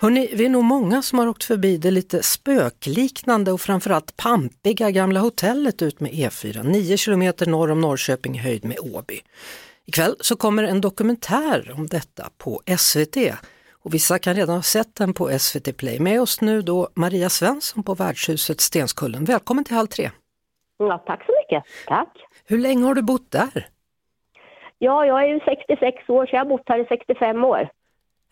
Hörrni, vi är nog många som har åkt förbi det lite spökliknande och framförallt pampiga gamla hotellet ut med E4, 9 kilometer norr om Norrköping i höjd med Åby. Ikväll så kommer en dokumentär om detta på SVT och vissa kan redan ha sett den på SVT Play. Med oss nu då Maria Svensson på värdshuset Stenskullen. Välkommen till Halv tre! Ja, tack så mycket. Tack. Hur länge har du bott där? Ja, jag är ju 66 år så jag har bott här i 65 år.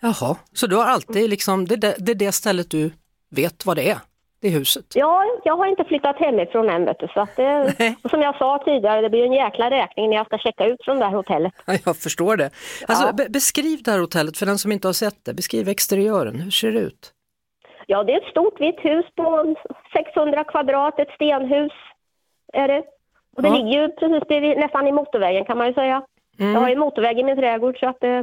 Jaha, så du har alltid liksom, det, det, det är det stället du vet vad det är, det huset? Ja, jag har inte flyttat hemifrån än vet du. Så att det, Nej. och som jag sa tidigare, det blir en jäkla räkning när jag ska checka ut från det här hotellet. Ja, Jag förstår det. Alltså, Ja. be- beskriv det här hotellet för den som inte har sett det. Beskriv exteriören, hur ser det ut? Ja, det är ett stort vitt hus på 600 kvadrat, ett stenhus är det. Och det Ja. ligger ju precis bredvid, nästan i motorvägen kan man ju säga. Jag Mm. har ju motorväg i min trädgård så att eh,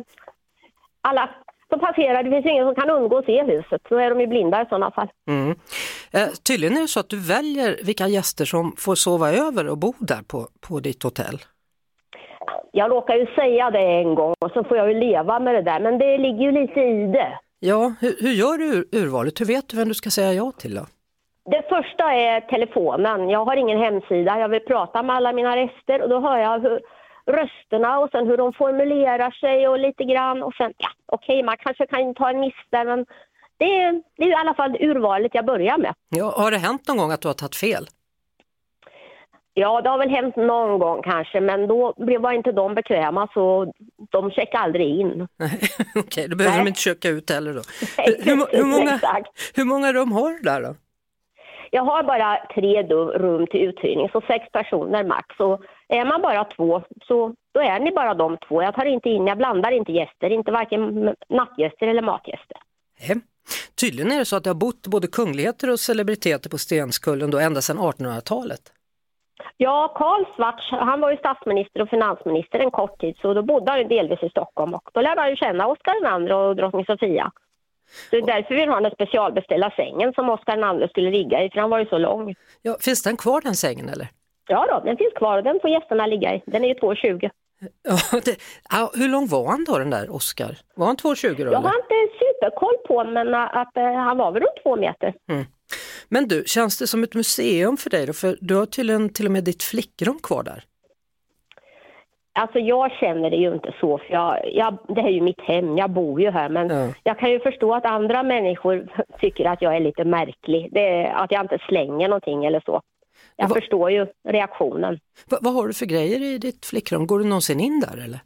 alla som passerar, det finns ju ingen som kan undgå att se huset. Så är de ju blinda i sådana fall. Mm. Eh, tydligen är det så att du väljer vilka gäster som får sova över och bo där på, på ditt hotell. Jag råkar ju säga det en gång och så får jag ju leva med det där, men det ligger ju lite i det. Ja, hur, hur gör du ur, urvalet? Hur vet du vem du ska säga ja till då? Det första är telefonen. Jag har ingen hemsida. Jag vill prata med alla mina rester och då hör jag hur rösterna och sen hur de formulerar sig och lite grann och sen ja, okej, man kanske kan ta en miss där, men det är, det är i alla fall urvalet jag börjar med. Ja, har det hänt någon gång att du har tagit fel? Ja, det har väl hänt någon gång kanske, men då blev- var inte de bekväma så de checkade aldrig in. Nej, Okej, då behöver Nej. de inte köka ut heller då. Hur, hur, må- hur, många, Exakt. hur många rum har du där då? Jag har bara tre du- rum till uthyrning, så sex personer max. Så är man bara två, så då är ni bara de två. Jag tar inte in, jag blandar inte gäster, inte varken m- nattgäster eller matgäster. Nej. Eh, Tydligen är det så att det har bott både kungligheter och celebriteter på Stenskullen då ända sedan 1800-talet. Ja, Karl Svartz, han var ju statsminister och finansminister en kort tid, så då bodde han ju delvis i Stockholm och då lärde han ju känna Oscar II och drottning Sofia. Så det är därför vill han specialbeställa sängen som Oscar II skulle ligga i, för han var ju så lång. Ja, finns den kvar den sängen eller? Ja då, den finns kvar och den får gästerna ligga i. Den är ju 2,20. Ja, det, ja, hur lång var han då den där Oscar? Var han 2,20 då? Jag Eller? har inte superkoll på men eh, att eh, han var väl runt två meter. Men du, känns det som ett museum för dig då? För du har tydligen till och med ditt flickrum kvar där. Alltså jag känner det ju inte så, för jag, jag, det här är ju mitt hem, jag bor ju här. Men Ja. jag kan ju förstå att andra människor tycker att jag är lite märklig, det, är- att jag inte slänger någonting eller så. Jag Vad- förstår ju reaktionen. Va, vad har du för grejer i ditt flickrum? Går du någonsin in där eller?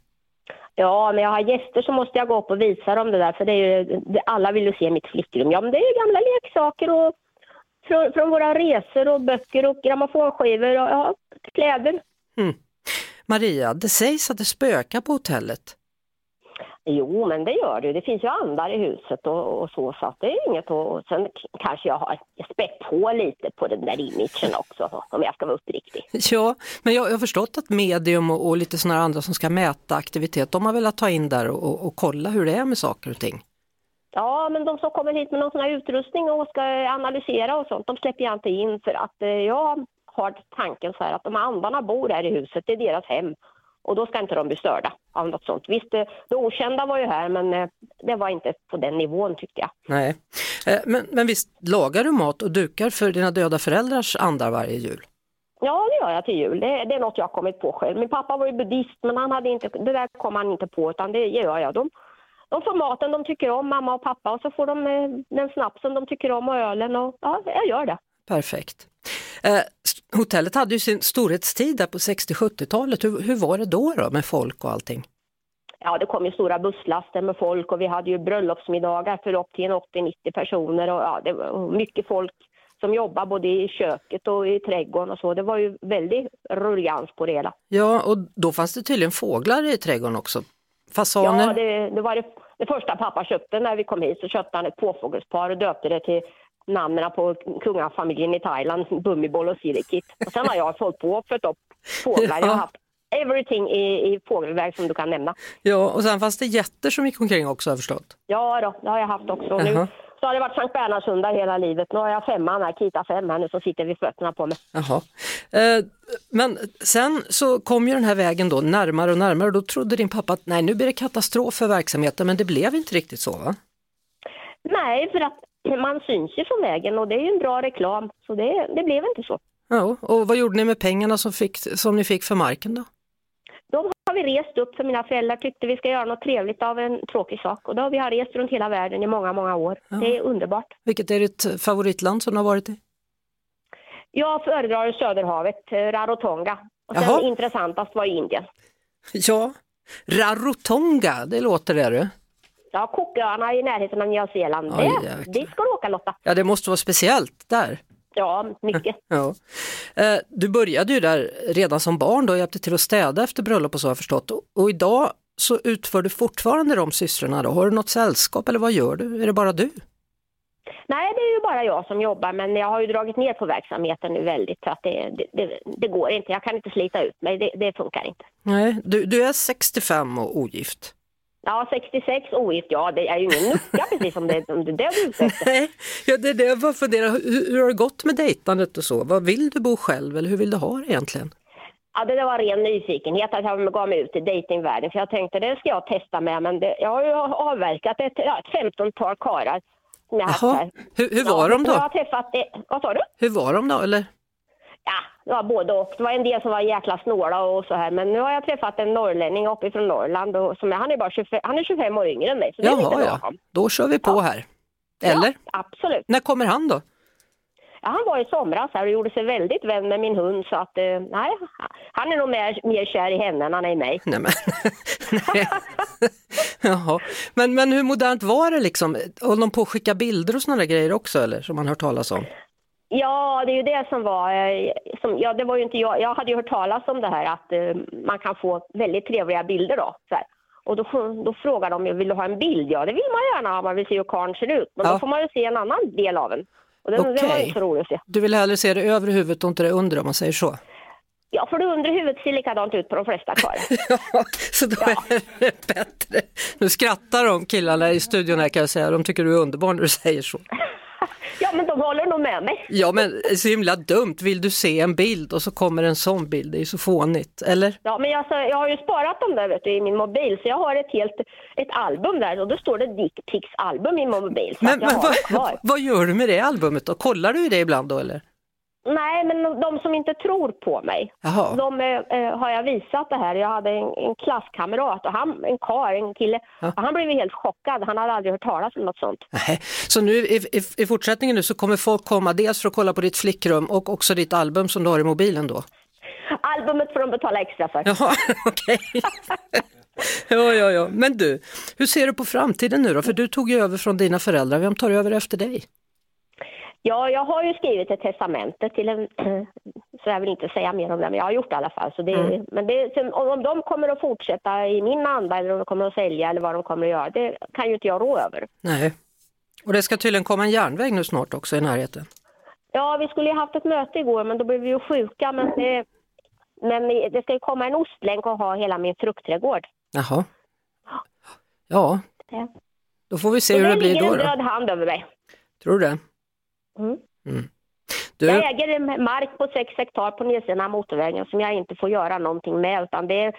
Ja, när jag har gäster så måste jag gå upp och visa dem det där, för det är ju, det, alla vill ju se mitt flickrum. Ja, men det är ju gamla leksaker och från, från våra resor och böcker och grammofonskivor och ja, kläder. Maria, det sägs att det spökar på hotellet. Jo, men det gör det ju. Det finns ju andar i huset och, och så, så att det är inget. Och, och sen k- kanske jag har spätt på lite på den där imagen också, om jag ska vara uppriktig. Ja, men jag, jag har förstått att medium och, och lite sådana andra som ska mäta aktivitet, de har velat ta in där och, och, och kolla hur det är med saker och ting. Ja, men de som kommer hit med någon sån här utrustning och ska analysera och sånt, de släpper jag inte in för att eh, jag har tanken så här att de här andarna bor här i huset, det är deras hem. Och då ska inte de bli störda av något sånt. Visst, eh, det okända var ju här, men eh, det var inte på den nivån tyckte jag. Nej, Eh, men, men visst lagar du mat och dukar för dina döda föräldrars andar varje jul? Ja, det gör jag till jul. Det, det är något jag har kommit på själv. Min pappa var ju buddhist, men han hade inte, det där kom han inte på, utan det gör jag. De, de får maten de tycker om, mamma och pappa, och så får de eh, den snapsen de tycker om och ölen. Och, ja, jag gör det. Perfekt. Eh, s- hotellet hade ju sin storhetstid där på 60-70-talet. Hur, hur var det då, då med folk och allting? Ja, det kom ju stora busslaster med folk och vi hade ju bröllopsmiddagar för upp till en 80-90 personer och ja, det var mycket folk som jobbade både i köket och i trädgården och så. Det var ju väldigt rullians på det hela. Ja, och då fanns det tydligen fåglar i trädgården också. Fasaner. Ja, det, det var det, det första pappa köpte när vi kom hit. Så köpte han ett påfågelspar och döpte det till namnen på kungafamiljen i Thailand, Bummiboll och Sirikit. Och sen har jag sålt på för upp fåglar. Jag har haft everything i, i fågelväg som du kan nämna. Ja, och sen fanns det jätter som gick omkring också har jag förstått. Ja då, det har jag haft också. Och Jaha. Nu så har det varit Sankt Bernhardshundar hela livet. Nu har jag femman här, Kita 5 här nu som sitter vid fötterna på mig. Jaha. Eh, men sen så kom ju den här vägen då närmare och närmare och då trodde din pappa att nej nu blir det katastrof för verksamheten men det blev inte riktigt så va? Nej, för att man syns ju från vägen och det är ju en bra reklam. Så det, det blev inte så. Ja, och vad gjorde ni med pengarna som, fick, som ni fick för marken då? De har vi rest upp för mina föräldrar tyckte vi ska göra något trevligt av en tråkig sak. Och då har vi har rest runt hela världen i många, många år. Det är underbart. Vilket är ditt favoritland som du har varit i? Jag föredrar Söderhavet, eh, Rarotonga. Och sen Jaha. intressantast var ju Indien. Ja, Rarotonga, det låter det du. Ja, Cooköarna i närheten av Nya Zeeland. Ja, det, jäklar. dit ska du åka Lotta. Ja, det måste vara speciellt där. Ja, mycket. Ja. Eh, Du började ju där redan som barn då och hjälpte till att städa efter bröllop och så har jag förstått. Och- Och idag så utför du fortfarande de sysslorna då? Har du något sällskap eller vad gör du? Är det bara du? Nej, det är ju bara jag som jobbar, men jag har ju dragit ner på verksamheten nu väldigt. Så att det, det, det, det går inte. Jag kan inte slita ut mig. Det, det funkar inte. Nej, du, du är 65 och ogift. Ja, 66 ogift. Ja, det är ju ingen nucka precis som det, som det, det du är ute efter. Nej, ja, det är det jag bara funderar. Hur, hur har det gått med dejtandet och så? Vad vill du bo själv eller hur vill du ha det egentligen? Ja, det där var ren nyfikenhet att jag gav mig ut i dejtingvärlden. För jag tänkte det ska jag testa med. Men det, jag har ju avverkat ett, ja, ett 15-tal karlar som jag haft Jaha, här. hur, hur var de Jag har då? träffat, eh, vad sa du? Hur var de då? Eller? Ja, det var både och. Det var en del som var jäkla snåla och så här. Men nu har jag träffat en norrlänning uppifrån Norrland. Och som, jag- han, är bara 25, han är 25 år yngre än mig, så det är lite Jaha, ja. lagom. Då kör vi på här. Eller? Ja, absolut. När kommer han då? Ja, han var i somras här och gjorde sig väldigt vän med min hund. Så att, eh, nej, han är nog mer, mer kär i henne än han är i mig. Nej men, nej. Jaha. men, men hur modernt var det liksom? Håller de på att skicka bilder och sådana där grejer också eller? Som man hört talas om? Ja, det är ju det som var... eh, Som, ja, det var ju inte jag. jag hade ju hört talas om det här att eh, man kan få väldigt trevliga bilder. Då, så här. Och då, fr- då frågar de ju, vill du ha en bild? Ja, det vill man gärna om man vill se hur karln ser ut. Men Ja. då får man ju se en annan del av en. Och den, den var Okej. ju inte så rolig att se. Du vill hellre se det över huvudet och inte det under om man säger så? Ja, för det undre huvudet ser likadant ut på de flesta karlar. Ja, så då är det bättre. Nu skrattar de killarna i studion här kan jag säga, de tycker du är underbar när du säger så. ja, men de håller nog med mig. Ja men det är så himla dumt, vill du se en bild och så kommer en sån bild, det är ju så fånigt, eller? Ja, men jag, sa- jag har ju sparat dem där vet du, i min mobil, så jag har ett helt ett album där och då står det Dick Pics album i min mobil. Så Men, att jag men har vad, det kvar. vad gör du med det albumet då? Kollar du i det ibland då eller? Nej, men de som inte tror på mig, Jaha. de eh, eh, har jag visat det här. Jag hade en, en klasskamrat, och han, en kar, en kille, Ja. och han blev ju helt chockad. Han hade aldrig hört talas om något sånt. Nej. Så nu i, i, i fortsättningen nu så kommer folk komma dels för att kolla på ditt flickrum och också ditt album som du har i mobilen då? Albumet får de betala extra för. Jaha, okej. ja, ja, ja. Men du, hur ser du på framtiden nu då? För du tog ju över från dina föräldrar, vem tar över efter dig? Ja, jag har ju skrivit ett testamente till en, så jag vill inte säga mer om det, men jag har gjort det i alla fall. Så det, Men det, sen om om de kommer att fortsätta i min anda eller om de kommer att sälja eller vad de kommer att göra, det kan ju inte jag rå över. Nej. Och det ska tydligen komma en järnväg nu snart också i närheten. Ja, vi skulle ju haft ett möte igår, men då blev vi ju sjuka. Men det, men det ska ju komma en ostlänk och ha hela min fruktträdgård. Jaha. Ja, Ja. då får vi se Så hur det där blir ligger då. en då. död hand över mig. Tror du det? Mm. Mm. Du, Jag äger en mark på sex hektar på nedsidan av motorvägen som jag inte får göra någonting med utan det är